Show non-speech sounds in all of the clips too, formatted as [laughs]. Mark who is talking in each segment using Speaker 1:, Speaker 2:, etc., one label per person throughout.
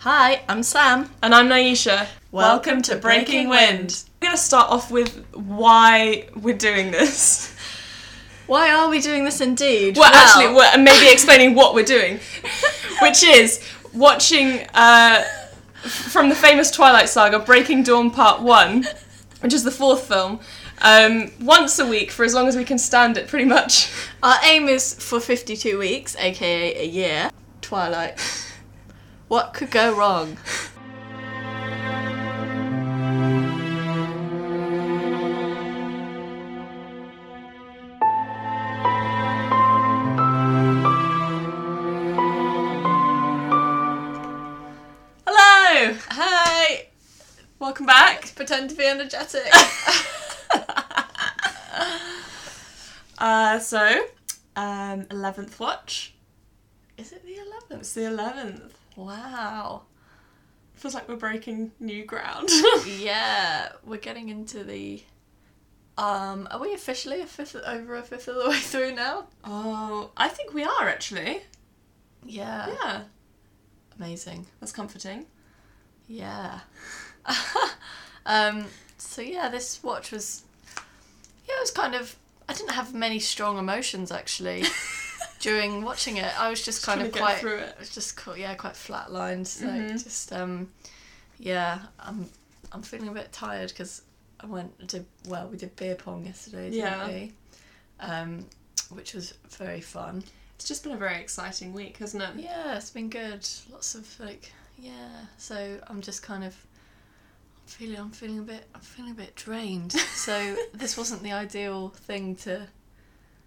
Speaker 1: Hi, I'm Sam.
Speaker 2: And I'm Naisha. Welcome, to Breaking Wind. We're going to start off with why we're doing [laughs] this.
Speaker 1: Why are we doing this indeed?
Speaker 2: Well, actually, we're and maybe explaining what we're [laughs] doing,
Speaker 1: [laughs]
Speaker 2: which is watching uh, f- from the famous Twilight Saga Breaking Dawn Part 1, which is the fourth film, um, once a week for as long as we can stand it, pretty much. [laughs]
Speaker 1: our aim is for 52 weeks, aka a year. Twilight. What could go wrong?
Speaker 2: Hello!
Speaker 1: Hi!
Speaker 2: Welcome back.
Speaker 1: Pretend to be energetic.
Speaker 2: [laughs] Uh, so, um, 11th watch.
Speaker 1: is it the 11th?
Speaker 2: It's the 11th.
Speaker 1: Wow.
Speaker 2: Feels like we're breaking
Speaker 1: [laughs]
Speaker 2: new ground.
Speaker 1: Yeah, we're getting into the. Um, are we officially a fifth over a fifth of the way through now?
Speaker 2: oh, I think we are actually.
Speaker 1: Yeah.
Speaker 2: Yeah,
Speaker 1: Amazing.
Speaker 2: that's comforting. [laughs]
Speaker 1: Yeah. [laughs] um, so yeah, this watch was yeah, it was kind of I didn't have many strong emotions actually during watching it. I was just kind
Speaker 2: Trying
Speaker 1: of
Speaker 2: to
Speaker 1: quite
Speaker 2: get through it.
Speaker 1: I was just quite, yeah, quite flatlined. So
Speaker 2: Mhm.
Speaker 1: just um yeah, I'm I'm feeling a bit tired cuz I went and did well, we did beer pong yesterday, didn't
Speaker 2: Yeah.
Speaker 1: we? Um which was very fun.
Speaker 2: It's just been a very exciting week, hasn't it?
Speaker 1: Yeah, it's been good. Lots of like, yeah. So I'm just kind of, I'm feeling, I'm feeling a bit, I'm feeling a bit drained.
Speaker 2: [laughs]
Speaker 1: So this wasn't the ideal thing to to,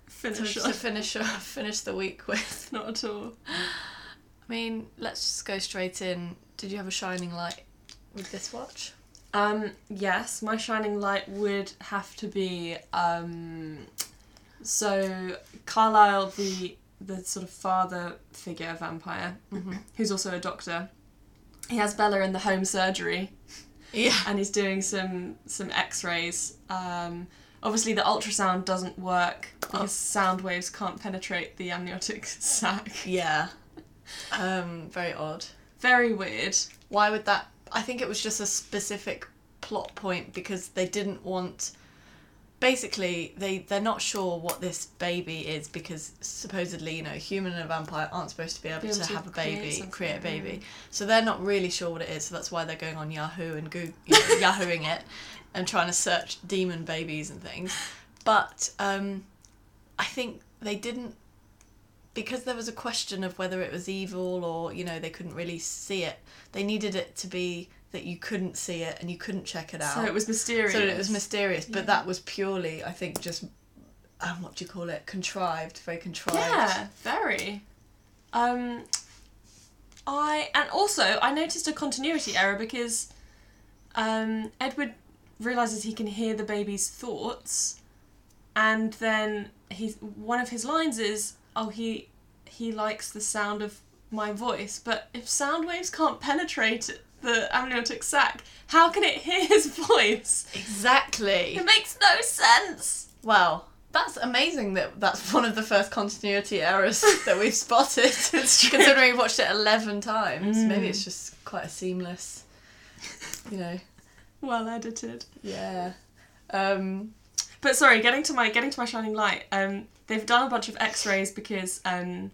Speaker 2: Finish
Speaker 1: to
Speaker 2: off.
Speaker 1: finish off, finish the week with.
Speaker 2: [laughs] Not at all.
Speaker 1: I mean, let's just go straight in. Did you have a shining light with this watch?
Speaker 2: Um, yes, my shining light would have to be um, so Carlyle, the the sort of father figure vampire, who's also a doctor. He has Bella in the home surgery,
Speaker 1: Yeah.
Speaker 2: and he's doing some some X-rays. Um, obviously, the ultrasound doesn't work because sound waves can't penetrate the amniotic [laughs] sac.
Speaker 1: Yeah. Um, very odd.
Speaker 2: Very weird.
Speaker 1: why would that i think it was just a specific plot point because they didn't want basically they they're not sure what this baby is because supposedly you know a human and a vampire aren't supposed to be able,
Speaker 2: able
Speaker 1: to,
Speaker 2: to
Speaker 1: have a
Speaker 2: create
Speaker 1: baby
Speaker 2: something,
Speaker 1: create, a baby so they're not really sure what it is so that's why they're going on yahoo and Goo you
Speaker 2: [laughs]
Speaker 1: know, yahooing it and trying to search demon babies and things but um i think they didn't because there was a question of whether it was evil or you know they couldn't really see it they needed it to be that you couldn't see it and you couldn't check it out
Speaker 2: So it was mysterious.
Speaker 1: so it was mysterious but that was purely i think just um, what do you call it contrived very contrived
Speaker 2: Yeah, very. Um, I and also I noticed a continuity error because um, Edward realizes he can hear the baby's thoughts, and then he's one of his lines is, "Oh, he he likes the sound of my voice," but if sound waves can't penetrate the amniotic sac, how can it hear his [laughs] voice?
Speaker 1: exactly
Speaker 2: It makes no sense.
Speaker 1: wow that's amazing that that's one of the first continuity
Speaker 2: [laughs]
Speaker 1: errors that we've spotted
Speaker 2: It's true. Mm.
Speaker 1: considering we've watched it 11 times maybe it's just quite a seamless you know
Speaker 2: Well edited.
Speaker 1: yeah um
Speaker 2: But sorry, getting to my getting to my shining light. Um, they've done a bunch of X-rays because um,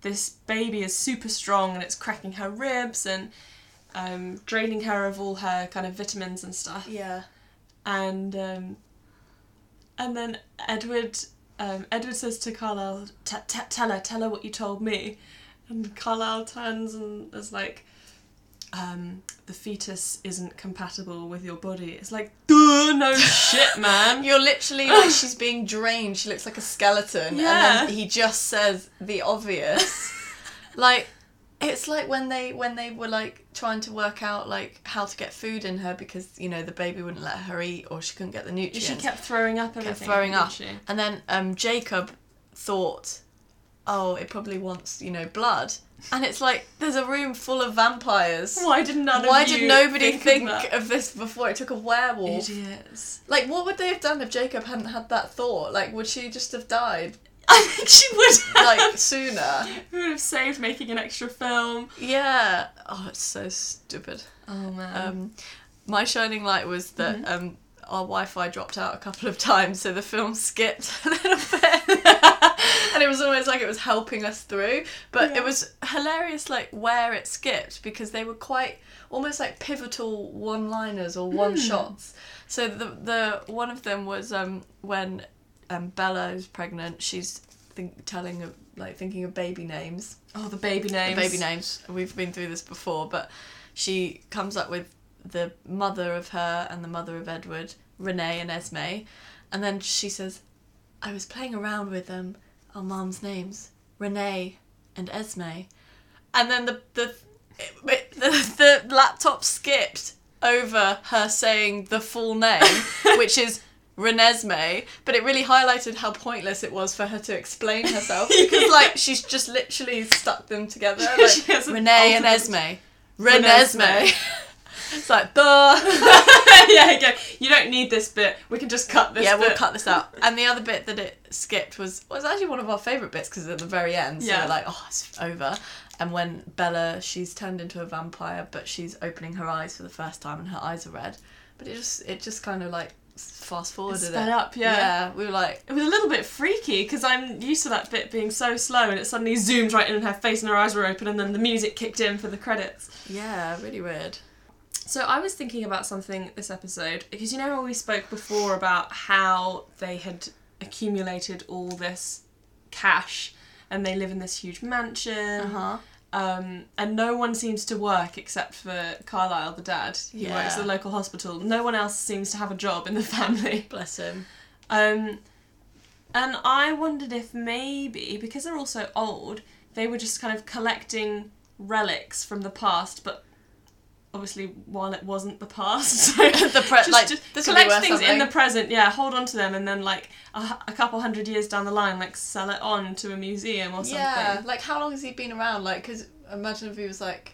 Speaker 2: this baby is super strong and it's cracking her ribs and um, draining her of all her kind of vitamins and stuff.
Speaker 1: yeah
Speaker 2: And um, and then Edward um, Edward says to Carlisle, "T- t- "Tell her, tell her what you told me." And Carlisle turns and is like, um, "The fetus isn't compatible with your body." It's like, "Duh, no shit, man."
Speaker 1: You're literally like she's being drained. She looks like a skeleton,
Speaker 2: Yeah.
Speaker 1: and then he just says the
Speaker 2: [laughs]
Speaker 1: obvious. like it's like when they when they were like trying to work out like how to get food in her because you know the baby wouldn't let her eat or she couldn't get the nutrients.
Speaker 2: She kept throwing up
Speaker 1: kept
Speaker 2: everything.
Speaker 1: throwing
Speaker 2: didn't
Speaker 1: up,
Speaker 2: she?
Speaker 1: and then um, Jacob thought, oh, it probably wants you know blood, and it's like there's a room full of vampires.
Speaker 2: Why did none
Speaker 1: Why
Speaker 2: of you
Speaker 1: did nobody think,
Speaker 2: of
Speaker 1: of, this before? It took a werewolf.
Speaker 2: idiots?
Speaker 1: Like, what would they have done if Jacob hadn't had that thought? Like, would she just have died?
Speaker 2: [laughs] I think she would have. [laughs]
Speaker 1: like sooner.
Speaker 2: It would have saved making an extra film.
Speaker 1: Yeah. Oh, it's so stupid.
Speaker 2: Oh man.
Speaker 1: Um, my shining light was that um, our Wi-Fi dropped out a couple of times, so the film skipped [laughs] a little bit, and it was almost like it was helping us through. But
Speaker 2: Yeah.
Speaker 1: it was hilarious, like where it skipped because they were quite almost like pivotal one-liners or one-shots. So the the one of them was um, when um, Bella is pregnant. She's think, telling of like thinking of baby names
Speaker 2: oh, the baby names.
Speaker 1: the baby names. We've been through this before, but she comes up with the mother of her and the mother of Edward, Renee and Esme, and then she says, "I was playing around with um our mum's names, Renee and Esme," and then the the it- the, the laptop skipped over her saying the full name, which is. Renesmee, but it really highlighted how pointless it was for her to explain herself because, like, she's just literally stuck them together. Like,
Speaker 2: [laughs] She has an
Speaker 1: Renee and
Speaker 2: alternate-
Speaker 1: Esme. Renesmee. [laughs] it's like, duh.
Speaker 2: [laughs] yeah, you go. You don't need this bit. We can just cut [laughs] this.
Speaker 1: yeah, we'll
Speaker 2: bit."
Speaker 1: cut this out. And the other bit that it skipped was was actually one of our favourite bits because at the very end, so
Speaker 2: Yeah.
Speaker 1: we're like, oh, it's over. And when Bella, she's turned into a vampire, but she's opening her eyes for the first time, and her eyes are red. But it just it just kind of like fast forwarded it.
Speaker 2: sped up, yeah.
Speaker 1: we were like,
Speaker 2: It was a little bit freaky because I'm used to that bit being so slow, and it suddenly zoomed right in, and her face and her eyes were open, and then the music kicked in for the credits.
Speaker 1: yeah, really weird.
Speaker 2: So I was thinking about something this episode because you know how we spoke before about how they had accumulated all this cash and they live in this huge mansion
Speaker 1: Uh huh.
Speaker 2: um, and no one seems to work except for Carlisle the dad who
Speaker 1: Yeah.
Speaker 2: works at the local hospital no one else seems to have a job in the [laughs] family
Speaker 1: Bless
Speaker 2: [laughs]
Speaker 1: him.
Speaker 2: um, and I wondered if maybe, because they're all so old, they were just kind of collecting relics from the past, but obviously while it wasn't the past. [laughs] So
Speaker 1: The [laughs] pre- like, this would be
Speaker 2: collect
Speaker 1: worth
Speaker 2: things in
Speaker 1: something.
Speaker 2: the present, yeah, hold on to them, and then like a, hu- a couple hundred years down the line, like sell it on to a museum or something.
Speaker 1: Yeah, like how long has he been around? Like, because imagine if he was like,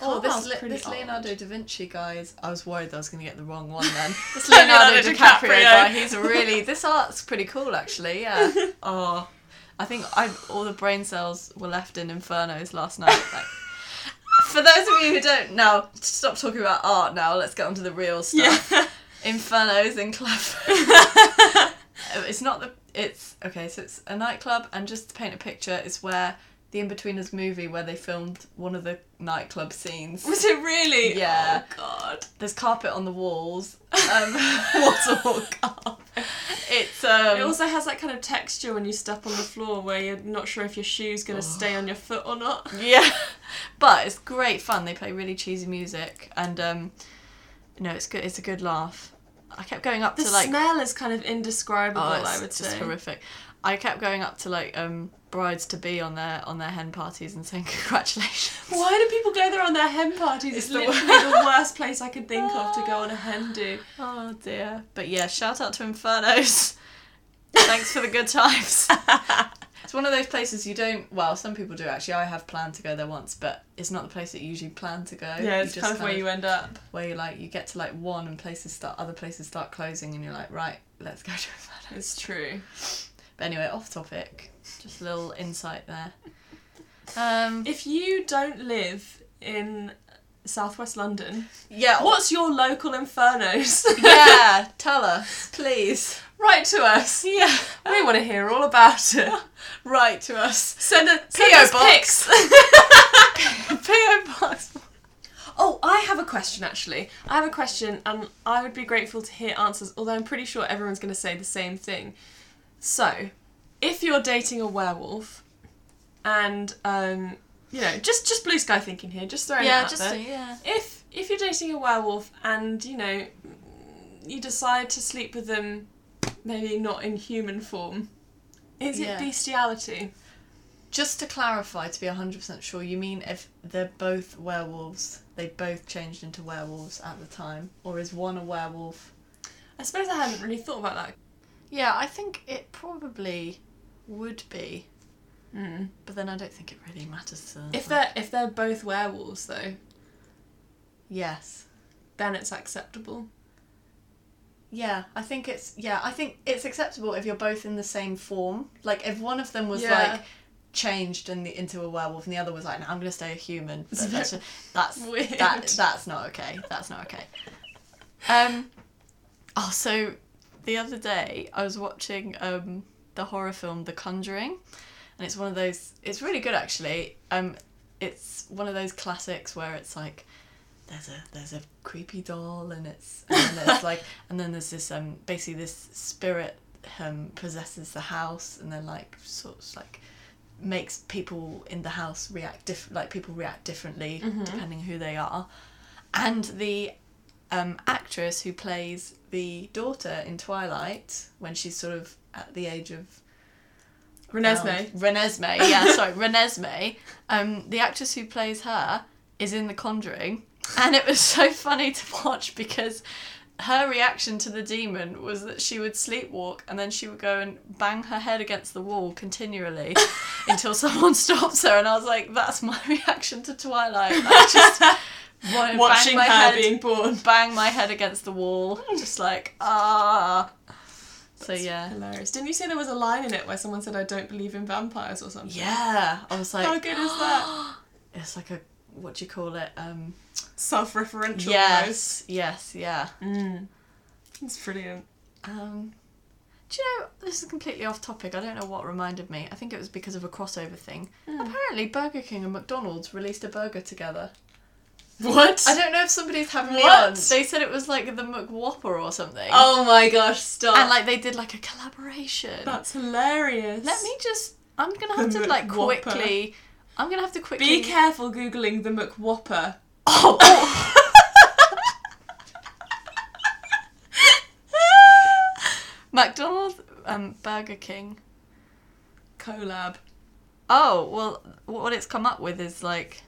Speaker 1: oh, this,
Speaker 2: Carlisle's
Speaker 1: Le-
Speaker 2: pretty
Speaker 1: this
Speaker 2: old.
Speaker 1: Leonardo da Vinci guy is. I was worried that I was going to get the wrong one
Speaker 2: [laughs]
Speaker 1: then. This [laughs]
Speaker 2: Leonardo
Speaker 1: Leonardo, DiCaprio,
Speaker 2: DiCaprio.
Speaker 1: guy, he's really. This art's pretty cool, actually,
Speaker 2: [laughs]
Speaker 1: yeah. oh, I think I all the brain cells were left in Infernos last night. Like, for those of you who don't know, stop talking about art now, let's get on to the real stuff.
Speaker 2: Yeah.
Speaker 1: Infernos in Clapham. Uh, it's not the. It's okay. So it's a nightclub, and just to paint a picture, is where the Inbetweeners movie where they filmed one of the nightclub scenes.
Speaker 2: [laughs] Was it really?
Speaker 1: Yeah.
Speaker 2: Oh, God.
Speaker 1: There's carpet on the walls.
Speaker 2: [laughs]
Speaker 1: Um, waterfall carpet. [laughs] It's um.
Speaker 2: It also has that kind of texture when you step on the floor where you're not sure if your shoe's going to stay on your foot or not.
Speaker 1: yeah, but it's great fun. They play really cheesy music, and um, you know it's good. It's a good laugh. I kept going up
Speaker 2: The
Speaker 1: to like
Speaker 2: smell is kind of indescribable,
Speaker 1: Oh, it's
Speaker 2: I would
Speaker 1: just
Speaker 2: say.
Speaker 1: horrific. I kept going up to like um, brides to be on their on their hen parties and saying [laughs] congratulations.
Speaker 2: Why do people go there on their hen parties? It's,
Speaker 1: It's the
Speaker 2: literally
Speaker 1: worst.
Speaker 2: [laughs] the worst place I could think of to go on a hen do.
Speaker 1: Oh dear. But yeah, shout out to
Speaker 2: [laughs]
Speaker 1: Infernos. Thanks for the good times. it's one of those places you don't. Well, some people do actually. I have planned to go there once, but it's not the place that you usually plan to go.
Speaker 2: Yeah, it's
Speaker 1: you
Speaker 2: kind of where you end up.
Speaker 1: where you like you get to like one and places start other places start closing and you're like right let's go to [laughs] Inferno.
Speaker 2: It's true.
Speaker 1: But anyway, off topic. Just a little insight there. Um,
Speaker 2: If you don't live in southwest London,
Speaker 1: yeah.
Speaker 2: what's your local infernos? [laughs]
Speaker 1: yeah, tell us, please.
Speaker 2: Write to us.
Speaker 1: Yeah,
Speaker 2: We want to hear all about it.
Speaker 1: write to us.
Speaker 2: [laughs] Send, a, send
Speaker 1: P.O.
Speaker 2: us
Speaker 1: Box.
Speaker 2: pics. [laughs]
Speaker 1: PO Box.
Speaker 2: Oh, I have a question actually. I have a question, and I would be grateful to hear answers, although I'm pretty sure everyone's going to say the same thing. So, if you're dating a werewolf, and um, you know, just just blue sky thinking here, just throwing it
Speaker 1: Yeah,
Speaker 2: out
Speaker 1: just
Speaker 2: there.
Speaker 1: yeah.
Speaker 2: If if you're dating a werewolf and you know you decide to sleep with them, maybe not in human form, is
Speaker 1: Yeah.
Speaker 2: it bestiality?
Speaker 1: Just to clarify, to be hundred percent sure, you mean if they're both werewolves, they both changed into werewolves at the time, or is one a werewolf?
Speaker 2: I suppose I hadn't really thought about that.
Speaker 1: Yeah, I think it probably would be,
Speaker 2: Mm.
Speaker 1: but then I don't think it really matters to them.
Speaker 2: If they're if they're both werewolves though.
Speaker 1: yes,
Speaker 2: then it's acceptable.
Speaker 1: Yeah, I think it's yeah, I think it's acceptable if you're both in the same form. Like if one of them was
Speaker 2: Yeah.
Speaker 1: like changed and the, into a werewolf and the other was like, no, I'm gonna stay a human. but That's ju- that's
Speaker 2: Weird.
Speaker 1: that that's not okay. That's not okay. Um. Oh, so the other day I was watching um the horror film The Conjuring, and it's one of those. It's really good actually. Um, it's one of those classics where it's like there's a there's a creepy doll and it's and then there's like and then there's this um basically this spirit um possesses the house and then like sort of like makes people in the house react diff- like people react differently depending who they are and the um, actress who plays the daughter in twilight when she's sort of at the age of
Speaker 2: Renesmee.
Speaker 1: um, Renesmee, [laughs] yeah, sorry, Renesmee. Um, the actress who plays her is in The Conjuring, and it was so funny to watch because her reaction to the demon was that she would sleepwalk and then she would go and bang her head against the wall [laughs] continually until someone stops her. And I was like, that's my [laughs] reaction to Twilight. I just want to bang
Speaker 2: Watching
Speaker 1: my
Speaker 2: her
Speaker 1: head,
Speaker 2: being born.
Speaker 1: bang my head against the wall, just like ah. So yeah,
Speaker 2: Hilarious. Didn't you say there was a line in it where someone said, I don't believe in vampires or something?
Speaker 1: yeah. I was like,
Speaker 2: How good
Speaker 1: [gasps]
Speaker 2: is that?
Speaker 1: it's like a what do you call it? Um,
Speaker 2: Self referential.
Speaker 1: yes, yes, yeah.
Speaker 2: Mm. It's brilliant.
Speaker 1: Um, do you know this is completely off topic? I don't know what reminded me. I think it was because of a crossover thing.
Speaker 2: Hmm.
Speaker 1: Apparently, Burger King and McDonald's released a burger together.
Speaker 2: What?
Speaker 1: I don't know if somebody's having me
Speaker 2: What?
Speaker 1: on. They said it was like the McWhopper or something.
Speaker 2: [laughs] oh my gosh, stop.
Speaker 1: and like they did like a collaboration.
Speaker 2: That's hilarious.
Speaker 1: Let me just. I'm gonna have
Speaker 2: The
Speaker 1: to like
Speaker 2: [laughs] McWhopper.
Speaker 1: quickly. I'm gonna have to quickly.
Speaker 2: Be careful googling the McWhopper.
Speaker 1: Oh, oh. [laughs] McDonald's, um, Burger King.
Speaker 2: Collab.
Speaker 1: Oh well, wh- what it's come up with is like.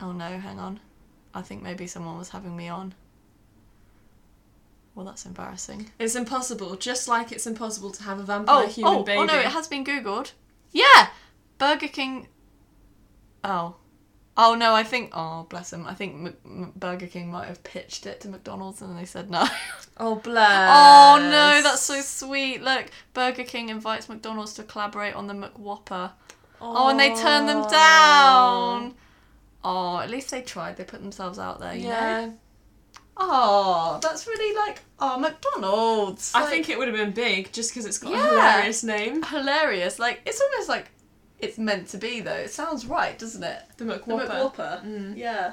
Speaker 1: Oh no, hang on. I think maybe someone was having me on. Well, that's embarrassing.
Speaker 2: It's impossible, just like it's impossible to have a vampire
Speaker 1: Oh,
Speaker 2: human
Speaker 1: oh,
Speaker 2: baby.
Speaker 1: oh no, it has been googled. Yeah, Burger King. Oh, oh no, I think. Oh bless them. I think Mc- M- Burger King might have pitched it to McDonald's and they said no. [laughs]
Speaker 2: Oh, bless.
Speaker 1: Oh no, that's so sweet. Look, Burger King invites McDonald's to collaborate on the McWhopper. Oh, and they turn them down. Oh, at least they tried. They put themselves out there, you know?
Speaker 2: Yeah.
Speaker 1: Oh, that's really like, oh, McDonald's.
Speaker 2: I think it would have been big just because it's got
Speaker 1: Yeah.
Speaker 2: a hilarious name.
Speaker 1: hilarious. Like, it's almost like it's meant to be, though. It sounds right, doesn't it?
Speaker 2: The McWhopper.
Speaker 1: The McWhopper. [laughs]
Speaker 2: Mm.
Speaker 1: Yeah.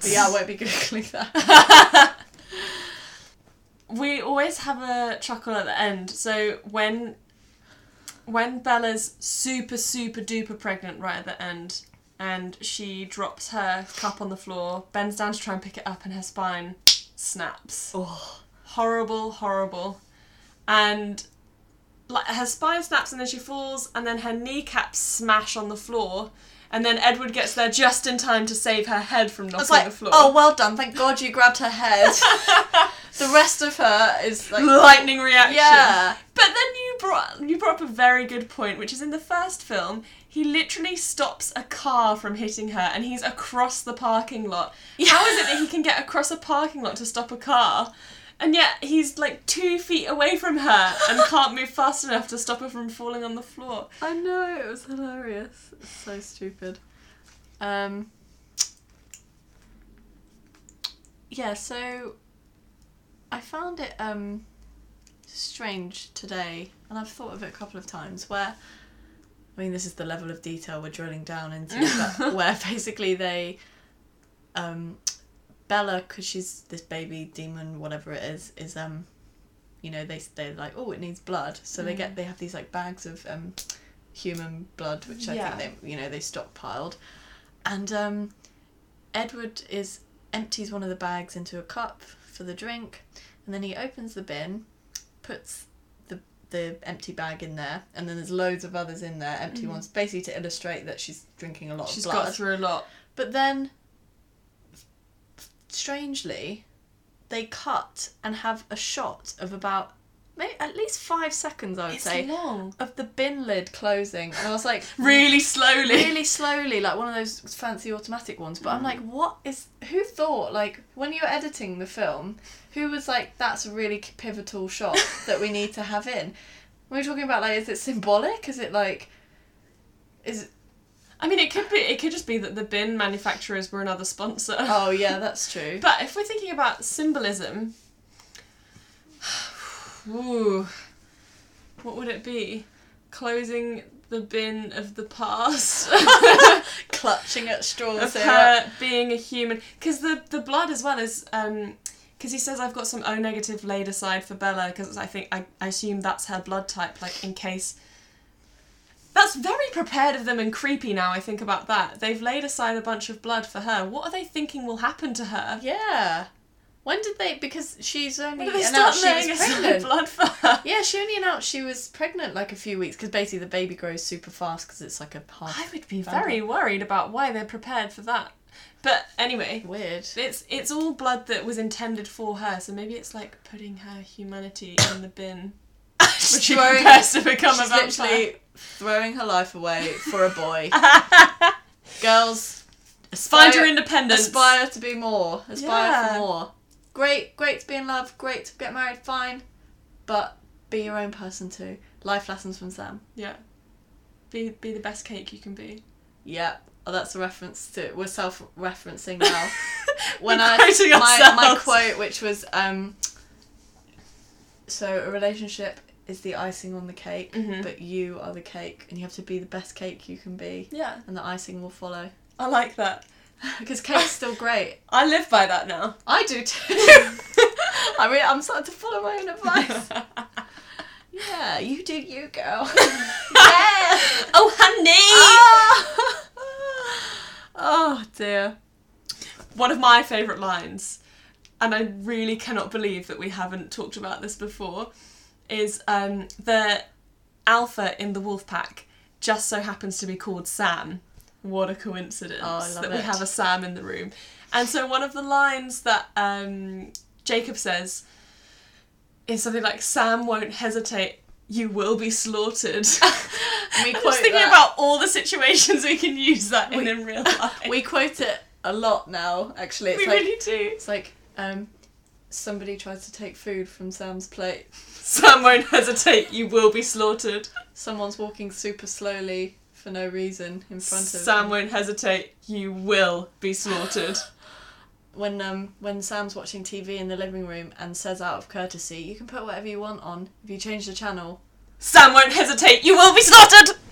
Speaker 1: but yeah, I won't be Googling [laughs] that.
Speaker 2: we always have a chuckle at the end. So when when Bella's super super duper pregnant right at the end and she drops her cup on the floor, bends down to try and pick it up and her spine snaps.
Speaker 1: oh,
Speaker 2: Horrible, horrible. And like her spine snaps and then she falls and then her kneecaps smash on the floor. And then Edward gets there just in time to save her head from knocking
Speaker 1: it's like,
Speaker 2: the floor.
Speaker 1: oh, well done. Thank God you grabbed her [laughs] head. the rest of her is like,
Speaker 2: lightning reaction.
Speaker 1: Yeah.
Speaker 2: But then you brought you brought up a very good point, which is in the first film, he literally stops a car from hitting her, and he's across the parking lot. How is it that he can get across a parking lot to stop a car? And yet he's like two feet away from her [laughs] and can't move fast enough to stop her from falling on the floor.
Speaker 1: I know it was hilarious. It's so stupid. Um. Yeah, so I found it um strange today, and I've thought of it a couple of times. Where, I mean, this is the level of detail we're drilling down into, but where basically they, um, Bella, because she's this baby demon, whatever it is, is um, you know, they they're like, oh, it needs blood, so they get they have these like bags of um human blood, which I
Speaker 2: Yeah.
Speaker 1: think they you know they stockpiled, and um, Edward is empties one of the bags into a cup for the drink, and then he opens the bin, puts the the empty bag in there, and then there's loads of others in there, empty ones, basically to illustrate that she's drinking a lot
Speaker 2: Mm. She's
Speaker 1: of blood.
Speaker 2: got through a lot.
Speaker 1: But then, strangely, they cut and have a shot of about maybe at least five seconds, I would
Speaker 2: It's
Speaker 1: say,
Speaker 2: long.
Speaker 1: of the bin lid closing, and I was like,
Speaker 2: Really slowly.
Speaker 1: really slowly, like one of those fancy automatic ones. But
Speaker 2: Mm.
Speaker 1: I'm like, what is? Who thought like when you were editing the film, who was like, that's a really k- pivotal shot that we need to have in? When we're talking about like, is it symbolic? Is it like, is
Speaker 2: I mean, it could be. It could just be that the bin manufacturers were another [laughs] sponsor.
Speaker 1: oh yeah, that's true.
Speaker 2: [laughs] But if we're thinking about symbolism, [sighs] ooh, what would it be? Closing the bin of the past,
Speaker 1: Clutching at straws
Speaker 2: of
Speaker 1: here.
Speaker 2: her being a human, because the the blood as well is. Um, because he says I've got some O negative laid aside for Bella, because I think I, I assume that's her blood type, like in case. That's very prepared of them and creepy. Now I think about that, they've laid aside a bunch of blood for her. What are they thinking will happen to her?
Speaker 1: Yeah. When did they? Because she's only
Speaker 2: When did they start
Speaker 1: announced
Speaker 2: laying
Speaker 1: she was
Speaker 2: aside
Speaker 1: pregnant.
Speaker 2: blood for her?
Speaker 1: Yeah, she only announced she was pregnant like a few weeks because basically the baby grows super fast because it's like a half.
Speaker 2: I would be very worried about why they're prepared for that. But anyway, [laughs]
Speaker 1: weird.
Speaker 2: it's it's all blood that was intended for her, so maybe it's like putting her humanity in the bin. When
Speaker 1: [laughs]
Speaker 2: she
Speaker 1: throwing-
Speaker 2: prepares to become a
Speaker 1: She's
Speaker 2: vampire.
Speaker 1: literally throwing her life away for a boy.
Speaker 2: [laughs]
Speaker 1: Girls, aspire,
Speaker 2: Find your independence.
Speaker 1: aspire to be more. Aspire
Speaker 2: Yeah.
Speaker 1: for more. Great, great to be in love. Great to get married. Fine, but be your own person too. Life lessons from Sam.
Speaker 2: Yeah. Be be the best cake you can be.
Speaker 1: Yep. Oh, that's a reference to. We're self-referencing now.
Speaker 2: [laughs]
Speaker 1: when
Speaker 2: We're
Speaker 1: I
Speaker 2: quoting
Speaker 1: my, my
Speaker 2: ourselves.
Speaker 1: quote, which was, um, so a relationship is the icing on the cake,
Speaker 2: Mhm.
Speaker 1: but you are the cake, and you have to be the best cake you can be,
Speaker 2: Yeah,
Speaker 1: and the icing will follow. [laughs]
Speaker 2: I like that.
Speaker 1: Because cake's
Speaker 2: [laughs]
Speaker 1: still great.
Speaker 2: I live by that now. [laughs]
Speaker 1: I do too. I mean, I'm starting to follow my own [laughs]
Speaker 2: [laughs]
Speaker 1: advice. Yeah, you do you, girl.
Speaker 2: [laughs]
Speaker 1: yeah.
Speaker 2: Oh honey!
Speaker 1: Ah!
Speaker 2: [gasps]
Speaker 1: oh dear.
Speaker 2: one of my favourite lines, and I really cannot believe that we haven't talked about this before, is um, the alpha in the wolf pack just so happens to be called Sam. What a coincidence
Speaker 1: Oh, I love
Speaker 2: that we
Speaker 1: it.
Speaker 2: have a Sam in the room. And so one of the lines that um, Jacob says is something like, Sam won't hesitate. You will be slaughtered. [laughs]
Speaker 1: We
Speaker 2: I'm
Speaker 1: quote
Speaker 2: just thinking
Speaker 1: that.
Speaker 2: about all the situations we can use that in
Speaker 1: We-
Speaker 2: in [laughs] real life.
Speaker 1: We quote it a lot now. Actually, it's
Speaker 2: we
Speaker 1: like
Speaker 2: really do.
Speaker 1: It's like um, somebody tries to take food from Sam's plate.
Speaker 2: Sam won't hesitate, you will be slaughtered.
Speaker 1: Someone's walking super slowly for no reason in front of
Speaker 2: Sam won't hesitate, you will be slaughtered.
Speaker 1: when um when Sam's watching TV in the living room and says out of courtesy, "You can put whatever you want on if you change the channel."
Speaker 2: Sam won't hesitate, you will be slaughtered!
Speaker 1: [laughs]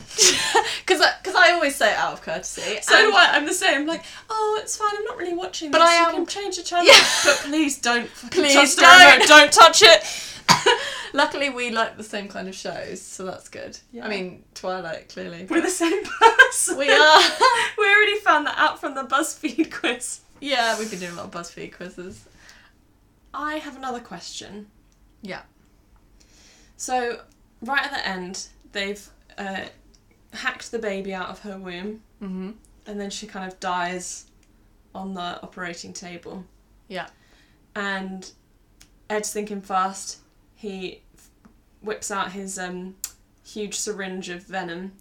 Speaker 1: Because because I, always say it out of courtesy.
Speaker 2: So
Speaker 1: and-
Speaker 2: do I, I'm the same. Like, oh, it's fine, I'm not really watching
Speaker 1: But
Speaker 2: this.
Speaker 1: I
Speaker 2: you
Speaker 1: am-
Speaker 2: can change the channel.
Speaker 1: Yeah.
Speaker 2: But please don't fucking
Speaker 1: Please
Speaker 2: touch the
Speaker 1: don't.
Speaker 2: remote, don't touch it!
Speaker 1: Luckily, we like the same kind of shows, so that's good.
Speaker 2: Yeah.
Speaker 1: I mean, Twilight clearly.
Speaker 2: [laughs] We're the same person.
Speaker 1: We are.
Speaker 2: [laughs] we already found that out from the BuzzFeed quiz.
Speaker 1: yeah, we've been doing a lot of BuzzFeed quizzes.
Speaker 2: I have another question.
Speaker 1: Yeah.
Speaker 2: So, right at the end, they've uh, hacked the baby out of her womb.
Speaker 1: Mm-hmm.
Speaker 2: and then she kind of dies on the operating table.
Speaker 1: Yeah.
Speaker 2: And Ed's thinking fast. He f- whips out his um, huge syringe of venom.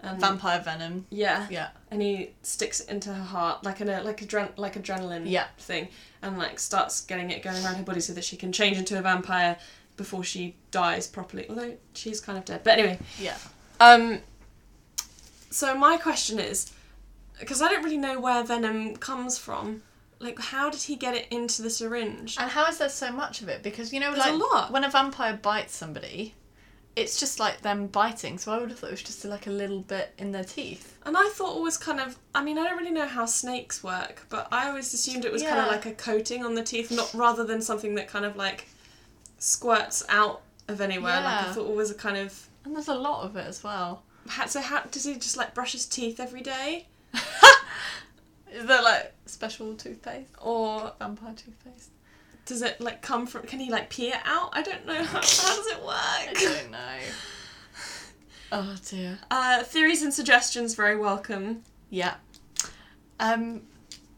Speaker 2: And,
Speaker 1: Vampire Venom.
Speaker 2: Yeah,
Speaker 1: Yeah.
Speaker 2: and he sticks it into her heart like an uh, like adren- like adrenaline
Speaker 1: Yeah.
Speaker 2: thing, and like starts getting it going around her body so that she can change into a vampire before she dies properly. Although she's kind of dead, but anyway.
Speaker 1: Yeah.
Speaker 2: Um. So my question is, because I don't really know where venom comes from. Like, how did he get it into the syringe?
Speaker 1: And how is there so much of it? Because you know,
Speaker 2: There's a
Speaker 1: like
Speaker 2: lot.
Speaker 1: when a vampire bites somebody, it's just like them biting. So I would have thought it was just like a little bit in their teeth.
Speaker 2: And I thought it was kind of. I mean, I don't really know how snakes work, but I always assumed it was kind
Speaker 1: Yeah.
Speaker 2: of like a coating on the teeth, not rather than something that kind of like squirts out of anywhere. Like I
Speaker 1: Yeah.
Speaker 2: thought it was a kind of.
Speaker 1: And there's a lot of it as well.
Speaker 2: How, so how does he just like brush his teeth every day,
Speaker 1: Is there like special toothpaste?
Speaker 2: or
Speaker 1: Vampire toothpaste?
Speaker 2: does it like come from? Can he like pee it out? I don't know. How, how does it work?
Speaker 1: [laughs] I don't know. oh dear.
Speaker 2: Uh, theories and suggestions very welcome.
Speaker 1: Yeah. Um,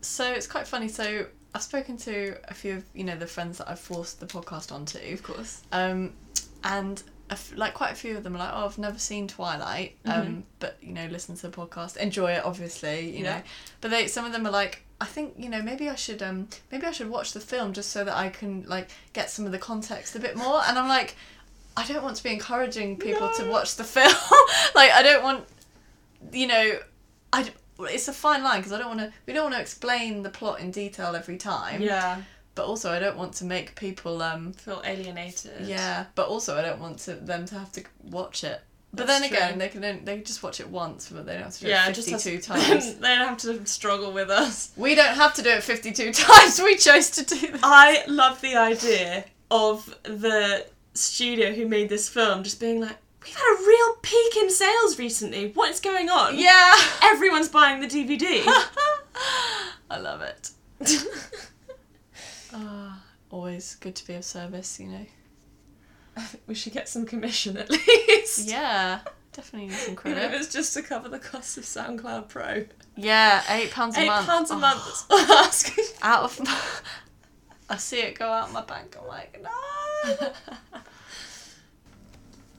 Speaker 1: so it's quite funny. So I've spoken to a few of you know the friends that I've forced the podcast onto.
Speaker 2: Of course.
Speaker 1: Um, and a f- like quite a few of them are like, "Oh, I've never seen Twilight," um, but you know, listen to the podcast, enjoy it, obviously, you
Speaker 2: Mm-hmm. Yeah.
Speaker 1: know. But they some of them are like, "I think you know, maybe I should um, maybe I should watch the film just so that I can like get some of the context a bit more." And I'm like, I don't want to be encouraging people to
Speaker 2: No.
Speaker 1: watch the film. [laughs] like, I don't want, you know, I. d- It's a fine line because I don't want to. We don't want to explain the plot in detail every time.
Speaker 2: Yeah.
Speaker 1: But also, I don't want to make people um,
Speaker 2: Feel alienated.
Speaker 1: yeah, but also I don't want to, them to have to watch it. But
Speaker 2: That's
Speaker 1: then
Speaker 2: true.
Speaker 1: again, they can only, they can just watch it once, but they don't have to do
Speaker 2: Yeah,
Speaker 1: it
Speaker 2: just
Speaker 1: fifty two
Speaker 2: has, [laughs]
Speaker 1: times.
Speaker 2: they don't have to struggle with us.
Speaker 1: we don't have to do it fifty two times. We chose to do that.
Speaker 2: I love the idea of the studio who made this film just being like, we've had a real peak in sales recently. What is going on?
Speaker 1: Yeah,
Speaker 2: Everyone's buying the [laughs] DVD.
Speaker 1: [laughs] I love it. Ah, always good to be of service, you know.
Speaker 2: [laughs] we should get some commission at least.
Speaker 1: Yeah, definitely need some
Speaker 2: Even if
Speaker 1: credit.
Speaker 2: it's just to cover the cost of SoundCloud Pro.
Speaker 1: [laughs] Yeah, eight pounds a
Speaker 2: Eight
Speaker 1: month.
Speaker 2: pounds a
Speaker 1: Oh,
Speaker 2: month. Ah. That's all I'm asking.
Speaker 1: out of. [laughs] My, I see it go out my bank. I'm like, no.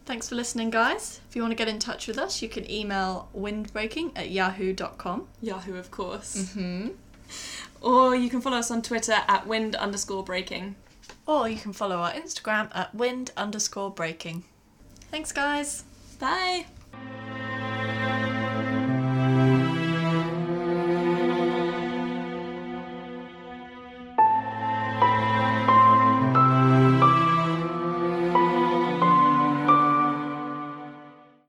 Speaker 1: Thanks for listening, guys. If you want to get in touch with us, you can email windbreaking at yahoo.com.
Speaker 2: [laughs] Yahoo, of course.
Speaker 1: Mm-hmm.
Speaker 2: Or you can follow us on Twitter at wind underscore breaking.
Speaker 1: Or you can follow our Instagram at wind underscore breaking. Thanks, guys.
Speaker 2: Bye.